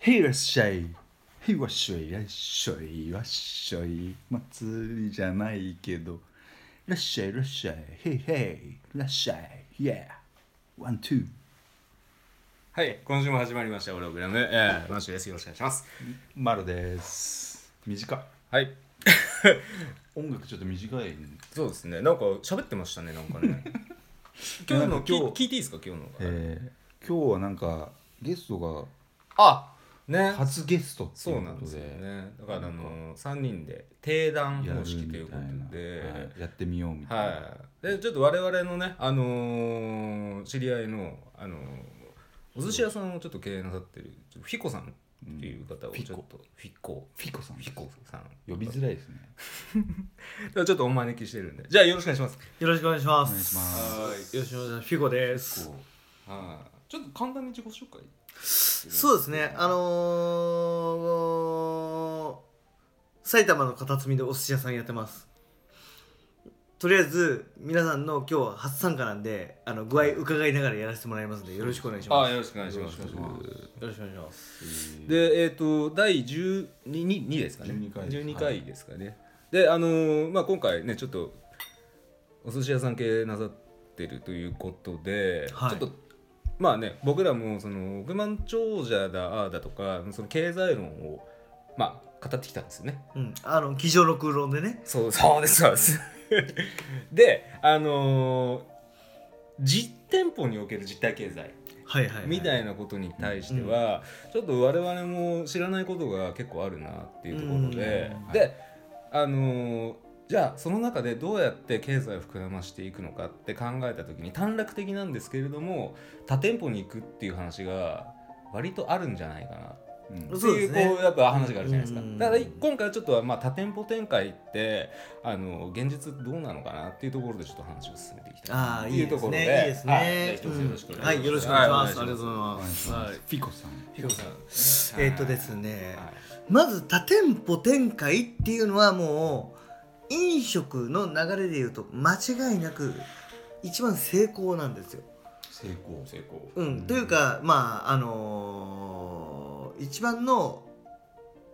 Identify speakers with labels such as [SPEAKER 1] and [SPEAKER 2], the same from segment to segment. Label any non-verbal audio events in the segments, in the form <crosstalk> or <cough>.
[SPEAKER 1] へいらっしゃい。へいわっしょい、らっしょい、わっしょい。祭りじゃないけど。らっしゃい、らっしゃい、へいへい、らっしゃい、イェー。ワン、ツー。
[SPEAKER 2] はい、今週も始まりました、オログラム。えー、マッシュです。よろしくお願いします。
[SPEAKER 1] まるです。短い。
[SPEAKER 2] はい。
[SPEAKER 1] 音楽ちょっと短い、
[SPEAKER 2] そうですね、なんか喋ってましたね、なんかね。 <laughs> 今日の、
[SPEAKER 1] なんか今日
[SPEAKER 2] 聞聞いていいですか、今日の。
[SPEAKER 1] えー、今日はなんかゲスト
[SPEAKER 2] あね
[SPEAKER 1] が。初ゲストって
[SPEAKER 2] そ
[SPEAKER 1] いうう
[SPEAKER 2] なん
[SPEAKER 1] こ
[SPEAKER 2] で
[SPEAKER 1] と
[SPEAKER 2] す
[SPEAKER 1] で
[SPEAKER 2] よね。だから、あ
[SPEAKER 1] なんか
[SPEAKER 2] の、3人で定談
[SPEAKER 1] やる
[SPEAKER 2] 方式と
[SPEAKER 1] み
[SPEAKER 2] いうこ
[SPEAKER 1] たいな
[SPEAKER 2] とで、
[SPEAKER 1] はいやってみようみたいな、
[SPEAKER 2] はい。で、ちょっと我々のね、あのー知り合いの、あのーお寿司屋さんをちょっと経営なさってる、ちょっとフィコさんっていう方を
[SPEAKER 1] うんフィ
[SPEAKER 2] ちょっと、フィコ、
[SPEAKER 1] フィコさん
[SPEAKER 2] フィコさん。
[SPEAKER 1] 呼びづらいですね
[SPEAKER 2] ちょっとお招きしてるんで。じゃあ、よろしくお願いします。
[SPEAKER 3] よろしくお願いしま
[SPEAKER 1] お
[SPEAKER 3] す。
[SPEAKER 1] 願いします
[SPEAKER 3] よろしくお願いします。フィゴです。
[SPEAKER 1] こ
[SPEAKER 2] はいちょっと簡単に自己紹介
[SPEAKER 3] そうですね。あのー、埼玉の片隅でお寿司屋さんやってます。とりあえず皆さんの今日は初参加なんで、あの具合伺いながらやらせてもらいますんでよろしくお願いし
[SPEAKER 2] あ
[SPEAKER 3] ま
[SPEAKER 2] あ
[SPEAKER 3] す。
[SPEAKER 2] よろしくお願いします
[SPEAKER 1] よろしくお願いし
[SPEAKER 3] よろしくお願いします。
[SPEAKER 1] う
[SPEAKER 2] でえっ、と第12に2ですかね
[SPEAKER 1] 12回です
[SPEAKER 2] 12回ですかね、であのーまあ今回ねちょっとお寿司屋さん系なさってるということで、
[SPEAKER 3] はい
[SPEAKER 2] ちょっとまあね僕らもその億万長者だああだとかその経済論をまあ語ってきたんですよね
[SPEAKER 3] うん、あの机上の空論でね。
[SPEAKER 2] そう <laughs> そうですそうですであのー実店舗における実体経済
[SPEAKER 3] はいはい、はい。
[SPEAKER 2] みたいなことに対しては、ちょっと我々も知らないことが結構あるなっていうところで、
[SPEAKER 1] うん
[SPEAKER 2] で、あのーじゃあその中でどうやって経済を膨らましていくのかって考えた時に短絡的なんですけれども多店舗に行くっていう話が割とあるんじゃないかな
[SPEAKER 1] うん
[SPEAKER 2] って
[SPEAKER 3] そう
[SPEAKER 2] い
[SPEAKER 3] で
[SPEAKER 2] う
[SPEAKER 3] すね
[SPEAKER 2] こうやっぱ話があるじゃないですか、
[SPEAKER 3] うん
[SPEAKER 2] だから今回はちょっとはまあ多店舗展開ってあの現実どうなのかなっていうところでちょっと話を進めていきた
[SPEAKER 3] あ
[SPEAKER 2] いと
[SPEAKER 3] あい
[SPEAKER 2] い
[SPEAKER 3] いう
[SPEAKER 2] とこ
[SPEAKER 3] です
[SPEAKER 2] ろで
[SPEAKER 3] ね。いいです
[SPEAKER 2] はいじゃあ
[SPEAKER 3] ね
[SPEAKER 2] 一。つよろしくお
[SPEAKER 3] うん
[SPEAKER 2] 願しま
[SPEAKER 3] はい
[SPEAKER 2] す
[SPEAKER 3] いよろしくお願いしま
[SPEAKER 2] は
[SPEAKER 3] す。あ
[SPEAKER 2] お
[SPEAKER 3] り
[SPEAKER 2] 願
[SPEAKER 3] が
[SPEAKER 2] い
[SPEAKER 3] と
[SPEAKER 2] し
[SPEAKER 3] う
[SPEAKER 1] お
[SPEAKER 3] ござい
[SPEAKER 1] 願い
[SPEAKER 3] ま
[SPEAKER 1] し
[SPEAKER 3] す。
[SPEAKER 1] ます
[SPEAKER 2] ピコさん。
[SPEAKER 3] はいピコさん
[SPEAKER 2] はい
[SPEAKER 3] えっとですね。
[SPEAKER 2] はい
[SPEAKER 3] まず多店舗展開っていうのはもう飲食の流れでいうと間違いなく一番成功なんですよ。
[SPEAKER 1] 成功
[SPEAKER 2] 成功。
[SPEAKER 3] うん
[SPEAKER 1] うん
[SPEAKER 3] というかまああのー一番の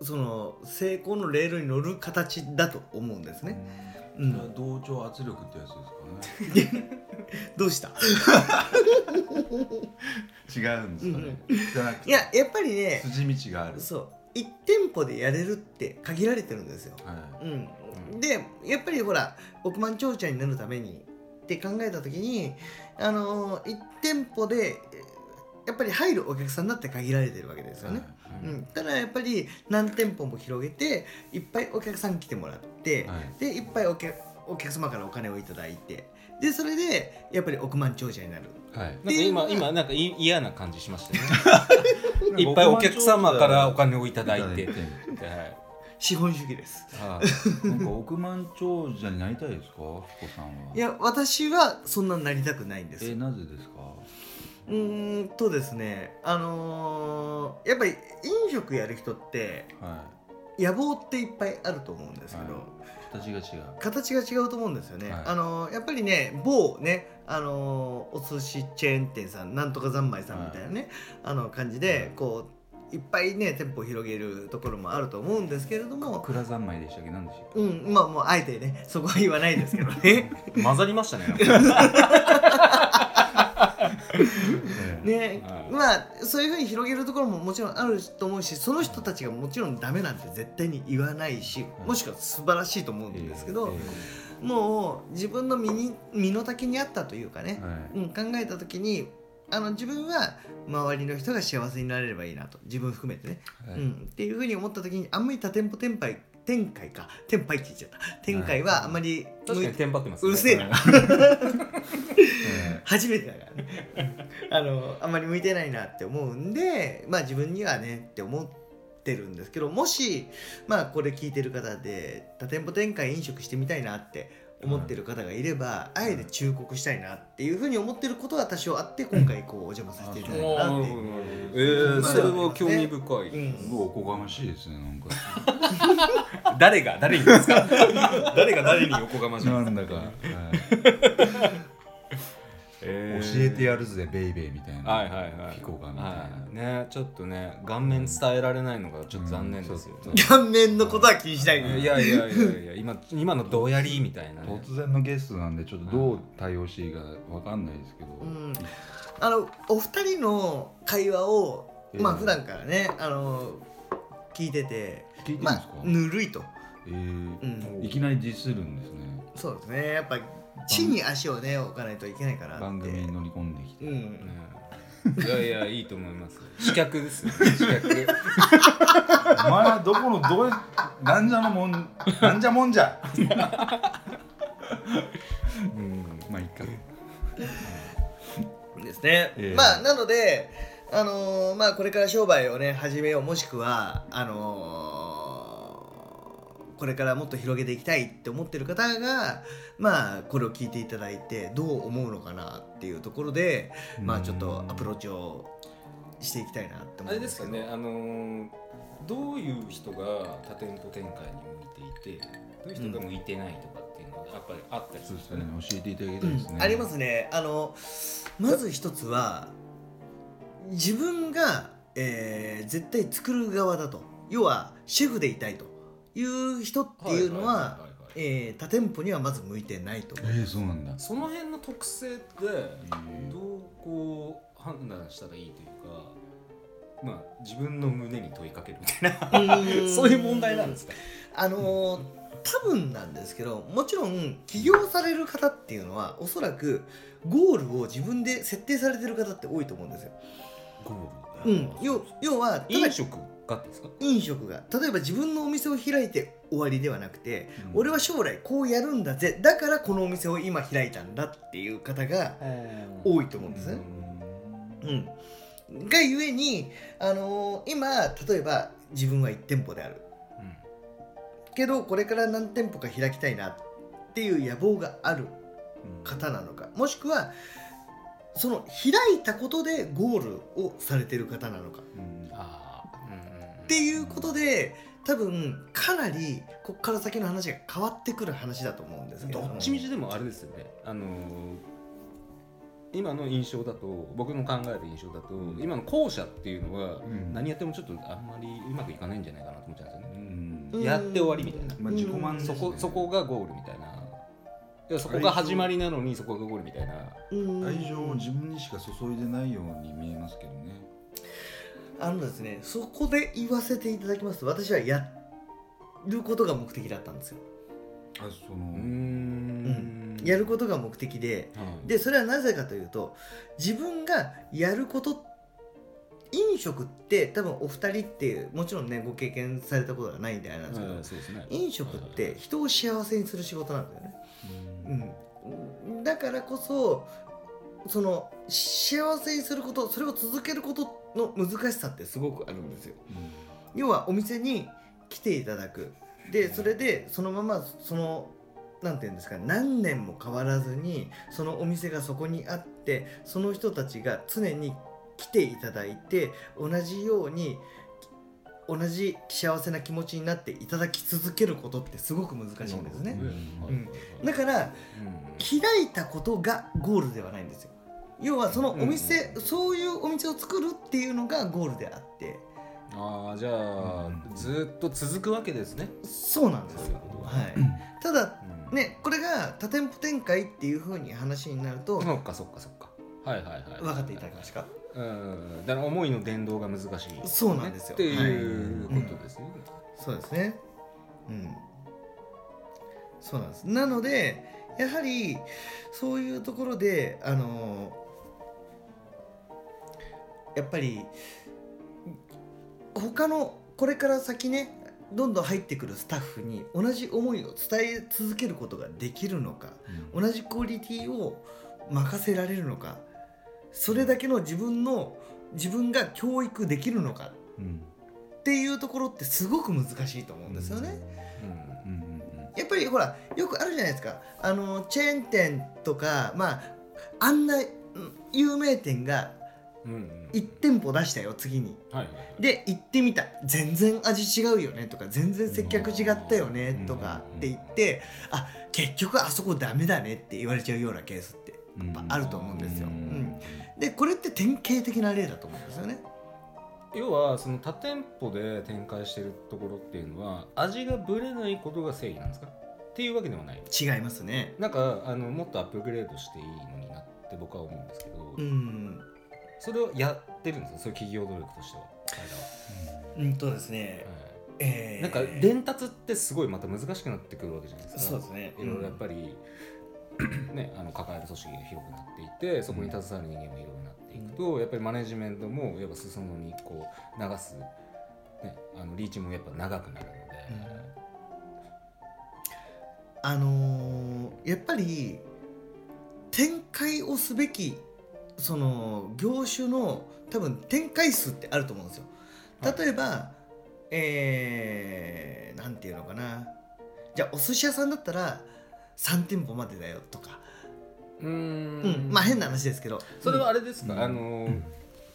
[SPEAKER 3] その成功のレールに乗る形だと思うんですね。う
[SPEAKER 1] うんんこれは同調圧力ってやつで
[SPEAKER 3] どうした
[SPEAKER 1] すかね違うんですかねじゃなく
[SPEAKER 3] い
[SPEAKER 1] て
[SPEAKER 3] ややっぱりね
[SPEAKER 1] 筋道がある
[SPEAKER 3] そう1店舗でやれるって限られてるんですよ。
[SPEAKER 1] は
[SPEAKER 3] うん、でやっぱりほら億万長者になるためにって考えた時に、あのー、1店舗でえーやっぱり入るお客さんだって限られてるわけで
[SPEAKER 1] い
[SPEAKER 3] すよね。
[SPEAKER 1] はい
[SPEAKER 3] うん、ただやっぱり何店舗も広げていっぱいお客さん来てもらって、
[SPEAKER 1] はい
[SPEAKER 3] でいっぱいお客お客様からお金をいただいてでそれでやっぱり億万長者になる
[SPEAKER 1] はい
[SPEAKER 2] なんか今今なんかい嫌な感じしましたね。いっぱい
[SPEAKER 1] なんか
[SPEAKER 2] お客様からお金をいた
[SPEAKER 1] 億万
[SPEAKER 2] だ
[SPEAKER 1] 長者
[SPEAKER 2] いて。
[SPEAKER 1] いた
[SPEAKER 2] はい
[SPEAKER 1] だい
[SPEAKER 3] 資本主義です
[SPEAKER 1] てなんか億万長者になりたいですか彦さんはい
[SPEAKER 3] や私はそんなになりたくないんですよ
[SPEAKER 1] えなぜですか
[SPEAKER 3] うーんとですねあのーやっぱり飲食やる人って
[SPEAKER 1] は
[SPEAKER 3] 野望っていっぱいあると思うんですけど、
[SPEAKER 1] は形が違う
[SPEAKER 3] 形が違うと思うんですよね、
[SPEAKER 1] はい
[SPEAKER 3] あのーやっぱりね某ねあのーお寿司チェーン店さんなんとか三昧さんみたいなね、あの感じで、
[SPEAKER 1] はい
[SPEAKER 3] こういっぱいね店舗を広げるところもあると思うんですけれども
[SPEAKER 1] 蔵三昧でしたっけ何でしたっけ
[SPEAKER 3] うんまあもうあえてねそこは言わないですけどね
[SPEAKER 2] 混ざりましたね。
[SPEAKER 3] ね、
[SPEAKER 2] はい
[SPEAKER 3] まあそういうふうに広げるところももちろんあると思うしその人たちがもちろんダメなんて絶対に言わないし
[SPEAKER 1] はい
[SPEAKER 3] もしくは素晴らしいと思うん
[SPEAKER 1] ええ
[SPEAKER 3] ですけど、
[SPEAKER 1] え
[SPEAKER 3] もう自分の身に身の丈に合ったというか
[SPEAKER 1] え
[SPEAKER 3] ね、
[SPEAKER 1] はい
[SPEAKER 3] うん、考えた時にあの自分は周りの人が幸せになれればいいなと自分含めてね、
[SPEAKER 1] はい
[SPEAKER 3] うん、っていうふうに思った時にあんまり多店舗展開展開か展開って言っちゃった展開はあんまり
[SPEAKER 2] 確かにテンパってますね。
[SPEAKER 3] うるせえな
[SPEAKER 2] はい。
[SPEAKER 1] え
[SPEAKER 3] 初めてだからねあのあんまり向いてないなって思うんでまあ自分にはねって思ってるんですけどもしまあこれ聞いてる方で多店舗展開飲食してみたいなって思ってる方がいれば、あえて忠告したいなっていうふうに思ってることは多少あって今回こうお邪魔させていただい
[SPEAKER 2] お
[SPEAKER 3] た
[SPEAKER 2] ー
[SPEAKER 3] な
[SPEAKER 2] な
[SPEAKER 3] っ
[SPEAKER 2] る
[SPEAKER 3] て
[SPEAKER 2] ほど
[SPEAKER 3] いう。
[SPEAKER 2] なるほどえーそれは興味深
[SPEAKER 3] う
[SPEAKER 2] い。
[SPEAKER 1] えす
[SPEAKER 3] ん
[SPEAKER 1] ごいおこがましいですね
[SPEAKER 2] <laughs>
[SPEAKER 1] なんか
[SPEAKER 2] 誰が誰に <laughs> ですか。誰が誰に横がましいんです
[SPEAKER 1] なんだかはい
[SPEAKER 2] えー
[SPEAKER 1] 教えてやるぜベイベーみたいな、
[SPEAKER 2] はいはいはい
[SPEAKER 1] ピコがみたいな、
[SPEAKER 2] はいねちょっとね顔面伝えられないのがちょっと残念ですよね、
[SPEAKER 3] 顔面のことは気にしない
[SPEAKER 2] い
[SPEAKER 3] で
[SPEAKER 2] やいやいやいや今今のどうやりみたいなね、
[SPEAKER 1] 突然のゲストなんでちょっとどう対応していいかわかんないですけど、
[SPEAKER 3] うんあのお二人の会話をまあ普段からねあの聞いてて
[SPEAKER 1] 聞いてるんです
[SPEAKER 3] ま
[SPEAKER 1] か、
[SPEAKER 3] あぬるいと
[SPEAKER 1] えー
[SPEAKER 3] う
[SPEAKER 1] いきなりディスるんですね
[SPEAKER 3] そうですねやっぱ地に足をね置かないといけないからって
[SPEAKER 1] 番組に乗り込んできて、
[SPEAKER 3] うん
[SPEAKER 2] ねいやいやいいと思います刺客ですよね刺客
[SPEAKER 1] <laughs> お前はどこのどうなんじゃのもんなんじゃもんじゃうんまあいいか
[SPEAKER 3] ですね、
[SPEAKER 1] ええ
[SPEAKER 3] まあなのであのーまあこれから商売をね始めようもしくはあのーこれからもっと広げていきたいって思ってる方がまあこれを聞いていただいてどう思うのかなっていうところでまあちょっとアプローチをしていきたいなって
[SPEAKER 2] あ
[SPEAKER 3] 思う
[SPEAKER 2] れ
[SPEAKER 3] ん
[SPEAKER 2] で
[SPEAKER 3] ですす
[SPEAKER 2] か
[SPEAKER 3] けど
[SPEAKER 2] ねあのーどういう人が多店舗展開に向いていてどういう人が向いてないとかっていうのがやっぱりあったりす
[SPEAKER 1] そう
[SPEAKER 2] るん
[SPEAKER 1] で
[SPEAKER 2] で
[SPEAKER 1] す
[SPEAKER 2] す
[SPEAKER 1] ね教
[SPEAKER 2] かね
[SPEAKER 1] えていただき
[SPEAKER 3] う
[SPEAKER 1] たいですね、
[SPEAKER 3] ん、ありますねあのまず一つは自分が、えー絶対作る側だと要はシェフでいたいという人っていう
[SPEAKER 2] はい
[SPEAKER 3] のは
[SPEAKER 2] い
[SPEAKER 3] い
[SPEAKER 2] はい
[SPEAKER 3] えー他店舗にはまず向いてないと
[SPEAKER 1] えー、そうなんだ、
[SPEAKER 2] その辺の特性って
[SPEAKER 1] ー
[SPEAKER 2] どうこう判断したらいいというかまあ自分の胸に問いかけるみたいな <laughs> そういう問題なんですすか
[SPEAKER 3] あのー多分なんですけどもちろん起業される方っていうのはおそらくゴールを自分で設定されてる方って多いと思うんですよ、うん、要要はただ
[SPEAKER 2] 飲食がですか
[SPEAKER 3] 飲食が例えば自分のお店を開いて終わりではなくて、
[SPEAKER 1] うん
[SPEAKER 3] 俺は将来こうやるんだぜだからこのお店を今開いたんだっていう方が多いと思うんですね。うんがゆえに、あのー今例えば自分は1店舗であるけどこれから何店舗か開きたいなっていう野望がある方なのかもしくはその開いたことでゴールをされてる方なのか
[SPEAKER 1] うん
[SPEAKER 2] ああ
[SPEAKER 3] っていうことで多分かなりこっから先の話が変わってくる話だと思うんですけれ
[SPEAKER 2] ど
[SPEAKER 3] ども
[SPEAKER 2] っちみちでもあれですよねあのー今の印象だと僕の考える印象だと、
[SPEAKER 1] うん
[SPEAKER 2] 今の後者っていうのは、
[SPEAKER 1] うん
[SPEAKER 2] 何やってもちょっとあんまりうまくいかないんじゃないかなと思っちゃうんですよ
[SPEAKER 1] う
[SPEAKER 2] ね、
[SPEAKER 1] ん
[SPEAKER 3] うん
[SPEAKER 2] やって終わりみたいな、
[SPEAKER 1] まあ自己満です
[SPEAKER 2] そ
[SPEAKER 1] ね
[SPEAKER 2] こそこがゴールみたいな。いやそこが始まりなのにそこがゴールみたいな。
[SPEAKER 3] うん
[SPEAKER 1] 愛情を自分にしか注いでないように見えますけどね
[SPEAKER 3] あのですねそこで言わせていただきますと私はやることが目的だったんですよ
[SPEAKER 1] あそう
[SPEAKER 2] ー
[SPEAKER 1] の
[SPEAKER 2] ん
[SPEAKER 3] やることが目的で
[SPEAKER 2] はい
[SPEAKER 3] でそれはなぜかというと自分がやること飲食って多分お二人ってもちろんねご経験されたことがないんであれなんですけど、
[SPEAKER 2] うんそうですね。
[SPEAKER 3] 飲食って人を幸せにする仕事なんだよねうん、だからこそその幸せにすることそれを続けることの難しさってすごくあるんですよ要はお店に来ていただくでそれでそのままそのなんていうんですか何年も変わらずにそのお店がそこにあってその人たちが常に来ていただいて同じように同じ幸せな気持ちになっていただき続けることってすごく難しいんですね
[SPEAKER 1] なるほどね
[SPEAKER 3] うんだから
[SPEAKER 2] うん
[SPEAKER 3] 開いたことがゴールではないんですよ要はそのお店、
[SPEAKER 2] うんうん
[SPEAKER 3] そういうお店を作るっていうのがゴールであって
[SPEAKER 2] ああじゃあ、
[SPEAKER 1] うん
[SPEAKER 2] ずっと続くわけですね。
[SPEAKER 3] そうなんですよ、はい、ただ
[SPEAKER 2] うん、
[SPEAKER 3] ねこれが多店舗展開っていうふうに話になると、
[SPEAKER 2] そっかそっかそっか。はいはいはい。
[SPEAKER 3] 分かっていただけますか
[SPEAKER 2] うん。だから思いの伝導が難しい、
[SPEAKER 3] そうなんですよ
[SPEAKER 2] っていうことですよね。
[SPEAKER 3] そうですねうんそうなんですなのでやはりそういうところであのやっぱり他のこれから先ねどんどん入ってくるスタッフに同じ思いを伝え続けることができるのか
[SPEAKER 1] うん
[SPEAKER 3] 同じクオリティを任せられるのかそれだけの自分の自分が教育できるのか
[SPEAKER 1] うん
[SPEAKER 3] っていうところってすごく難しいと思うんですよね。
[SPEAKER 1] うんうん
[SPEAKER 3] やっぱりほらよくあるじゃないですかあのチェーン店とかまああんなうん有名店が
[SPEAKER 2] うんうんうん
[SPEAKER 3] 1店舗出したよ次に。
[SPEAKER 2] はいはいはい。
[SPEAKER 3] で行ってみた全然味違うよねとか全然接客違ったよねとかって言ってあ結局あそこダメだねって言われちゃうようなケースって
[SPEAKER 1] うん
[SPEAKER 3] やっぱあると思うんですよ。
[SPEAKER 1] う
[SPEAKER 3] うんん、でこれって典型的な例だと思うんですよね
[SPEAKER 2] 要はその多店舗で展開してるところっていうのは味がぶれないことが正義なんですかっていうわけではない
[SPEAKER 3] 違いますね
[SPEAKER 2] なんかあのもっとアップグレードしていいのになって僕は思うんですけど、
[SPEAKER 3] うん
[SPEAKER 2] それをやってるんですかそういう企業努力としては彼らは
[SPEAKER 3] うんとですね、
[SPEAKER 2] は
[SPEAKER 3] え
[SPEAKER 2] い
[SPEAKER 3] ー
[SPEAKER 2] なんか伝達ってすごいまた難しくなってくるわけじゃないですか
[SPEAKER 3] そうですね
[SPEAKER 2] いろいろやっぱり、 <clears throat> ね、あの抱える組織が広くなっていてそこに携わる人間も広くなっていくと、やっぱりマネジメントもやっぱ裾野にこう流す、ね、あのリーチもやっぱ長くなるので、
[SPEAKER 3] あのーやっぱり展開をすべきその業種の多分展開数ってあると思うんですよ
[SPEAKER 2] はい
[SPEAKER 3] 例えば、えーなんていうのかなじゃあお寿司屋さんだったら3店舗までだよとか、
[SPEAKER 2] うーん
[SPEAKER 3] うん、まあ変な話ですけど
[SPEAKER 2] それはあれですか、
[SPEAKER 1] うん
[SPEAKER 2] あの
[SPEAKER 1] うん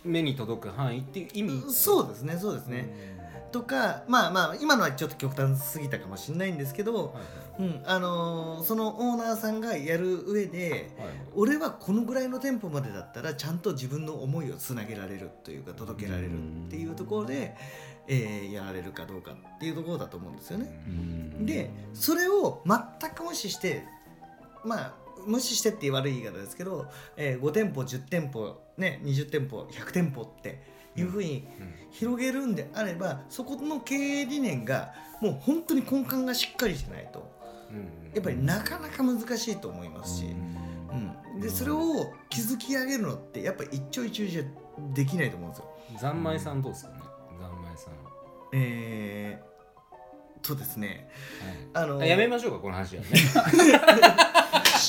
[SPEAKER 2] 目に届く範囲っていう意味
[SPEAKER 3] うんそうですねそうですね、とかまあまあ今のはちょっと極端すぎたかもしれないんですけ
[SPEAKER 2] うん
[SPEAKER 3] ど、
[SPEAKER 2] はい
[SPEAKER 3] うんあのーそのオーナーさんがやる上で
[SPEAKER 2] はいはい
[SPEAKER 3] 俺はこのぐらいのテンポまでだったらちゃんと自分の思いをつなげられるというか届けられるっていうところで、えーやられるかどうかっていうところだと思うんですよね。
[SPEAKER 1] うん
[SPEAKER 3] でそれを全く無視してまあ無視してって言い悪い言い方ですけど、え5店舗10店舗、ね、20店舗100店舗っていうふうに
[SPEAKER 2] うん
[SPEAKER 3] 広げるんであればそこの経営理念がもう本当に根幹がしっかりしてないと
[SPEAKER 2] うん
[SPEAKER 3] やっぱりなかなか難しいと思いますし。うん、でそれを築き上げるのってやっぱ一朝一夕じゃできないと思うんですよ。
[SPEAKER 2] 三昧さんどうですかね三昧さん、
[SPEAKER 3] えー、とですねあの
[SPEAKER 2] はい、あやめましょうかこの話はね
[SPEAKER 3] い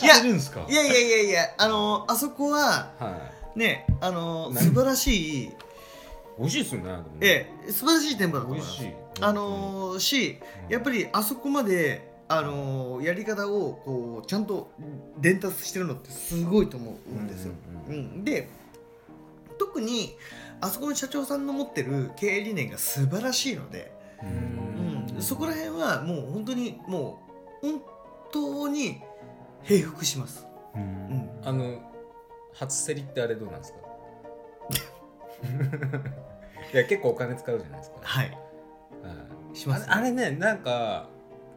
[SPEAKER 3] や
[SPEAKER 2] るん <laughs> ですか
[SPEAKER 3] いやいやいやいやあのあそこは
[SPEAKER 2] は
[SPEAKER 3] ねあの
[SPEAKER 2] 何
[SPEAKER 3] 素晴らしい、
[SPEAKER 2] い美味しいですよねでもね
[SPEAKER 3] ええ素晴らしい店舗だと思い
[SPEAKER 2] 美
[SPEAKER 3] ま
[SPEAKER 2] 味
[SPEAKER 3] す
[SPEAKER 2] しい。
[SPEAKER 3] あのしやっぱ
[SPEAKER 2] り
[SPEAKER 3] りあそこまであのやり方をこうちゃんと伝達してるのってすごいと思うんですよ。
[SPEAKER 2] う
[SPEAKER 3] うんん、で特にあそこの社長さんの持ってる経営理念が素晴らしいので、
[SPEAKER 2] うん
[SPEAKER 3] うんそこら辺はもう本当にもう本当に平服します、うん、
[SPEAKER 2] あの初競りってあれどうなん <laughs> ですかいや結構お金使うじゃないですか、
[SPEAKER 3] はい
[SPEAKER 2] はい
[SPEAKER 3] します、
[SPEAKER 2] あれあれねなんか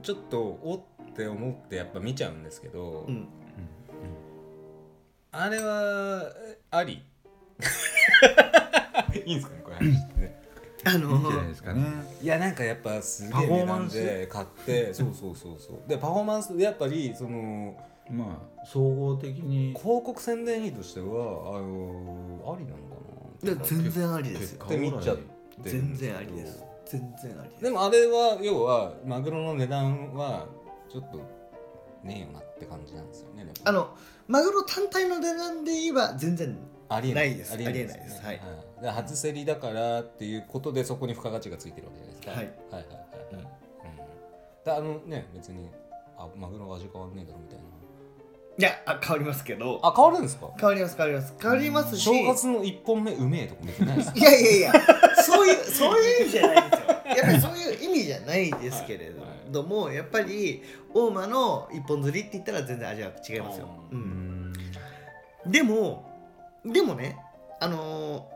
[SPEAKER 2] ちょっとおって思ってやっぱ見ちゃうんですけど、
[SPEAKER 3] うん、
[SPEAKER 2] あれはえあり <laughs> いいんですかねこれ話ってね
[SPEAKER 3] あ
[SPEAKER 1] いいんじ
[SPEAKER 3] の
[SPEAKER 1] ゃないですかね。
[SPEAKER 2] いやなんかやっぱすげ
[SPEAKER 1] パ
[SPEAKER 2] え
[SPEAKER 1] フォ
[SPEAKER 2] 値
[SPEAKER 1] ーマ
[SPEAKER 2] 段
[SPEAKER 1] ンス
[SPEAKER 2] で買ってそうそうそうそうでパフォーマンスでやっぱりその
[SPEAKER 1] まあ総合的に
[SPEAKER 2] 広告宣伝費としてはあのありなの
[SPEAKER 3] いや
[SPEAKER 2] かな
[SPEAKER 3] 全然ありです
[SPEAKER 1] 結果
[SPEAKER 3] よ
[SPEAKER 2] って見ちゃってるん
[SPEAKER 3] 全
[SPEAKER 2] ですけど
[SPEAKER 3] 然ありです全然ありです
[SPEAKER 2] でもあれは要はマグロの値段はちょっとねえよなって感じなんですよねでも
[SPEAKER 3] あのマグロ単体の値段で言えば全然
[SPEAKER 2] ありえ
[SPEAKER 3] ないです
[SPEAKER 2] え
[SPEAKER 3] ありえないですはい
[SPEAKER 2] で初競りだからっていうことでそこに付加価値がついてるわけじゃないですか
[SPEAKER 3] はい
[SPEAKER 2] はいはいはいはい、うん、であのね別にあマグロは味変わんねえだろみたいない
[SPEAKER 3] やあ変わりますけど
[SPEAKER 2] あ変わるんですか
[SPEAKER 3] 変わります変わります変わりますし
[SPEAKER 2] 正月の一本目うめえとか別にないですか
[SPEAKER 3] いやいやいや、そういう、そういう意味じゃないんですよ。やっぱりそういう意味じゃないですけれども、やっぱり大間の一本釣りって言ったら全然味は <laughs> 違いますよ。
[SPEAKER 2] う
[SPEAKER 3] うん
[SPEAKER 1] ん
[SPEAKER 3] でも、でもね、あのー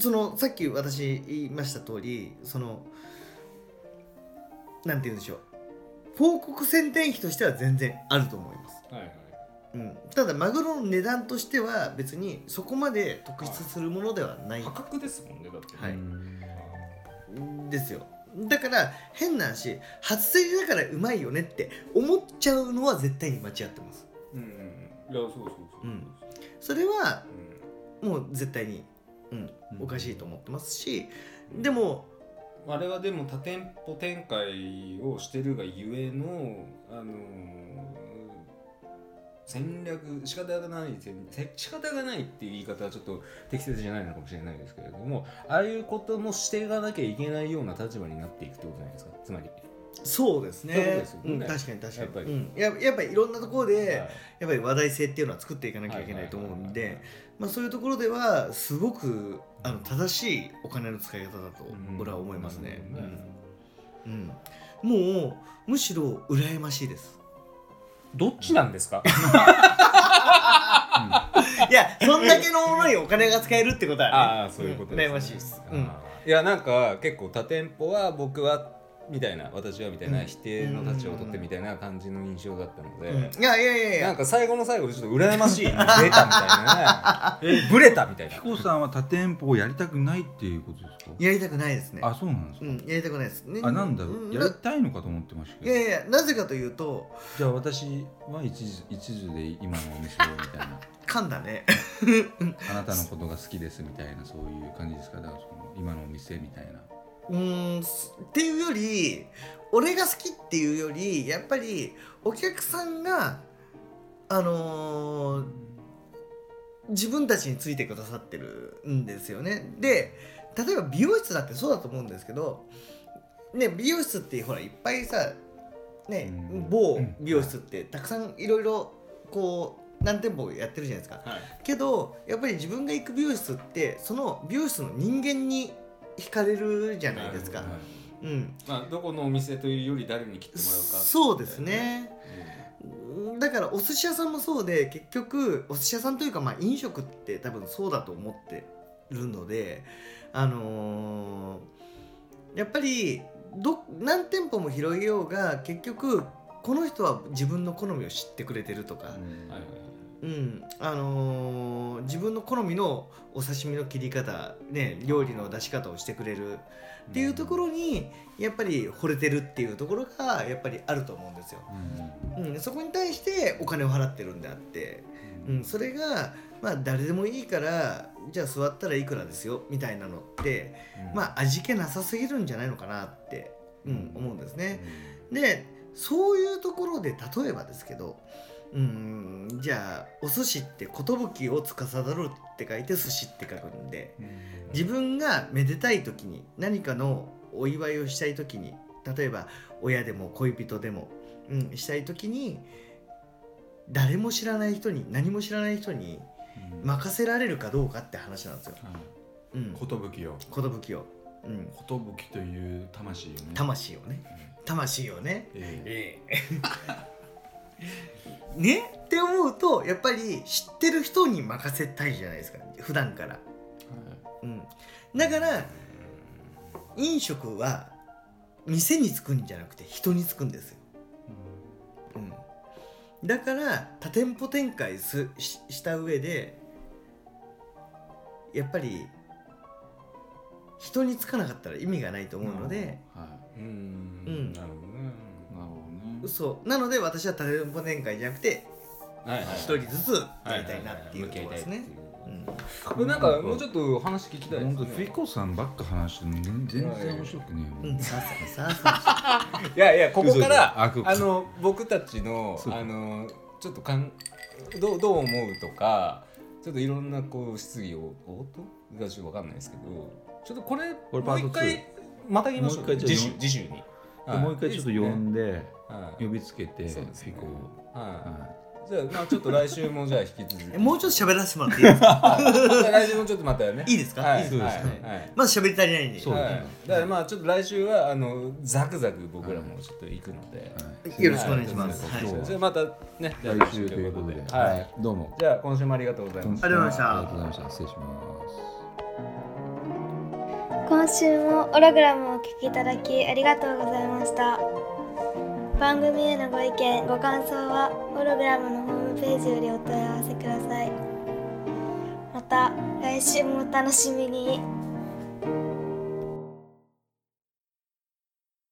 [SPEAKER 3] そのさっき私言いました通り、その、なんて言うんでしょう。報告宣伝費としては全然あると思います。
[SPEAKER 2] はいはい
[SPEAKER 3] うん、ただマグロの値段としては別にそこまで特筆するものではない
[SPEAKER 2] 格ですもんねだって
[SPEAKER 3] はい
[SPEAKER 1] うん
[SPEAKER 3] ですよだから変な話初競りだからうまいよねって思っちゃうのは絶対に間違ってます
[SPEAKER 2] うんいやそうそうそう
[SPEAKER 3] うんそれは
[SPEAKER 2] ん
[SPEAKER 3] もう絶対に、うん、おかしいと思ってますしでも
[SPEAKER 2] あれはでも多店舗展開をしてるがゆえの、あのー戦略仕方がない戦せ仕方がないっていう言い方はちょっと適切じゃないのかもしれないですけれどもああいうこともしていかなきゃいけないような立場になっていくってことじゃないですかつまり。
[SPEAKER 3] そうですね
[SPEAKER 2] そういうことですよ
[SPEAKER 3] うん、
[SPEAKER 2] ね
[SPEAKER 3] 確かに確かに
[SPEAKER 2] やっぱり
[SPEAKER 3] うん、ややっぱりいろんなところで、
[SPEAKER 2] はい
[SPEAKER 3] やっぱり話題性っていうのは作っていかなきゃいけないと思うん
[SPEAKER 2] はいはい
[SPEAKER 3] で
[SPEAKER 2] はい
[SPEAKER 3] まあそういうところではすごくあの正しいお金の使い方だと俺は思いますね、
[SPEAKER 2] なる
[SPEAKER 3] うんうん、もうむしろ羨ましいです
[SPEAKER 2] ほどどっちなんですか
[SPEAKER 3] いやそんだけのものにお金が使えるってことはね
[SPEAKER 2] ああそういうこと
[SPEAKER 3] うん羨ましいですうん
[SPEAKER 2] あーいやなんか結構多店舗は僕はみたいな私はみたいな、
[SPEAKER 3] うん
[SPEAKER 2] 否定の立場を取ってみたいな感じの印象だったので、
[SPEAKER 3] うんいやいやいやい
[SPEAKER 2] なん
[SPEAKER 3] や
[SPEAKER 2] か最後の最後でちょっと羨ましい出たみたいな
[SPEAKER 3] <laughs>
[SPEAKER 2] ねえブレたみたいな
[SPEAKER 1] ヒコさんは多店舗をやりたくないっていうことですか
[SPEAKER 3] やりたくないですね
[SPEAKER 1] あそうなんです
[SPEAKER 3] う
[SPEAKER 1] か、
[SPEAKER 3] んやりたくないですね
[SPEAKER 1] あなんだろうやり
[SPEAKER 3] な
[SPEAKER 1] たいのかと思ってました
[SPEAKER 3] い
[SPEAKER 1] けど
[SPEAKER 3] やいやなぜかというと
[SPEAKER 1] じゃあ私は一途一途で今のお店をみたいな <laughs>
[SPEAKER 3] 噛んだね
[SPEAKER 1] あなたのことが好きですみたいなそういう感じですかだからその今のお店みたいな
[SPEAKER 3] うーんすっていうより俺が好きっていうよりやっぱりお客さんがあのー自分たちについてくださってるんですよねで例えば美容室だってそうだと思うんですけど、ね、美容室ってほらいっぱいさ、ね
[SPEAKER 1] うん、
[SPEAKER 3] 某美容室ってたくさんいろいろこう何店舗やってるじゃないですかけどやっぱり自分が行く美容室ってその美容室の人間に惹かれるじゃないですか、
[SPEAKER 2] なるほど
[SPEAKER 3] うん、
[SPEAKER 2] まあ、どこのお店というより誰に切ってもらうか
[SPEAKER 3] そうです、ね
[SPEAKER 2] う
[SPEAKER 3] うんだからお寿司屋さんもそうで結局お寿司屋さんというかまあ飲食って多分そうだと思ってるのであのーやっぱりど何店舗も広げようが結局この人は自分の好みを知ってくれてるとか、
[SPEAKER 1] うん
[SPEAKER 2] んはいはいはい
[SPEAKER 3] うんあのー自分の好みのお刺身の切り方、ね、料理の出し方をしてくれるっていうところにやっぱり惚れてるっていうところがやっぱりあると思うんですよ、
[SPEAKER 1] うん
[SPEAKER 3] うん、そこに対してお金を払ってるんであって、う
[SPEAKER 1] うん
[SPEAKER 3] ん、それがまあ誰でもいいからじゃあ座ったらいくらですよみたいなのってまあ味気なさすぎるんじゃないのかなって、うん、思うんですね、でそういうところで例えばですけどうーんじゃあお寿司って寿を司るって書いて寿司って書くんで
[SPEAKER 1] うん
[SPEAKER 3] 自分がめでたい時に何かのお祝いをしたい時に例えば親でも恋人でも、うん、したい時に誰も知らない人に何も知らない人に任せられるかどうかって話なんですよ。うん、
[SPEAKER 1] 寿を
[SPEAKER 3] 寿を、うん、
[SPEAKER 1] 寿という魂をね
[SPEAKER 3] 魂をね魂をね
[SPEAKER 1] え
[SPEAKER 3] ええ <laughs> ねって思うとやっぱり知ってる人に任せたいじゃないですか普段から、うん、だから飲食は店につくんじゃなくて人につくんですよ、うん、だから多店舗展開すしした上でやっぱり人につかなかったら意味がないと思うので、
[SPEAKER 1] は
[SPEAKER 2] うん
[SPEAKER 3] うん
[SPEAKER 2] な
[SPEAKER 1] いな
[SPEAKER 2] るほど
[SPEAKER 1] るほどね
[SPEAKER 3] そうなので私は多店舗展開じゃなくて
[SPEAKER 2] ねはいはい
[SPEAKER 3] 一人ずつやりたいなっていうところですね。うん
[SPEAKER 2] これなんかもうちょっと話聞きたい
[SPEAKER 1] 本当
[SPEAKER 2] です
[SPEAKER 1] フィ
[SPEAKER 2] ね
[SPEAKER 1] コさんばっか話してるの全然面白くねえ
[SPEAKER 3] う
[SPEAKER 1] よ
[SPEAKER 3] ん、さあさあさあさ
[SPEAKER 2] いやいやここか
[SPEAKER 1] <laughs> 嘘嘘あ
[SPEAKER 2] ら
[SPEAKER 1] ここ
[SPEAKER 2] あの僕たちの
[SPEAKER 1] そう
[SPEAKER 2] あのちょっとかんどうどう思うとかちょっといろんなこう質疑を応答がちょっとわかんないですけどちょっとこれ
[SPEAKER 1] これ
[SPEAKER 2] も
[SPEAKER 1] パ
[SPEAKER 2] う
[SPEAKER 1] ート
[SPEAKER 2] 一回またぎましょう
[SPEAKER 1] もう一回ちょっと
[SPEAKER 2] 次週次週にはい
[SPEAKER 1] もう一回ちょっと
[SPEAKER 2] いい
[SPEAKER 1] 呼
[SPEAKER 2] ですね
[SPEAKER 1] んで
[SPEAKER 2] はい
[SPEAKER 1] 呼びつけてフ
[SPEAKER 2] そうですね
[SPEAKER 1] ィコを
[SPEAKER 2] は
[SPEAKER 1] はい
[SPEAKER 2] じゃあまあちょっと来週もじゃあ引き続
[SPEAKER 3] あ
[SPEAKER 2] き
[SPEAKER 3] もうちょっと喋らせてもらっていいですか
[SPEAKER 2] はいじゃあ来週もちょっとまたね
[SPEAKER 3] いいですか
[SPEAKER 2] はいい
[SPEAKER 3] い
[SPEAKER 1] ですか
[SPEAKER 2] はい
[SPEAKER 1] そうです
[SPEAKER 2] はいはい
[SPEAKER 3] まず喋り足りないんで
[SPEAKER 1] そうだね
[SPEAKER 2] はいだからまあちょっと来週はあのザクザク僕らもちょっと行くので、
[SPEAKER 1] い
[SPEAKER 3] よろしくお願いします、
[SPEAKER 1] はい
[SPEAKER 3] は
[SPEAKER 1] 今
[SPEAKER 3] い
[SPEAKER 1] 日は
[SPEAKER 2] じゃあまたね
[SPEAKER 1] はい来週ということで
[SPEAKER 2] は
[SPEAKER 1] はい
[SPEAKER 2] い
[SPEAKER 1] どうも
[SPEAKER 2] じゃあ今週もありがとうございます
[SPEAKER 3] ありがとうございました
[SPEAKER 1] ありがとうございました失礼します
[SPEAKER 4] 今週もオログラムをお聞きいただきありがとうございました番組へのご意見ご感想はオログラムのホームページよりお問い合わせくださいまた来週もお楽しみに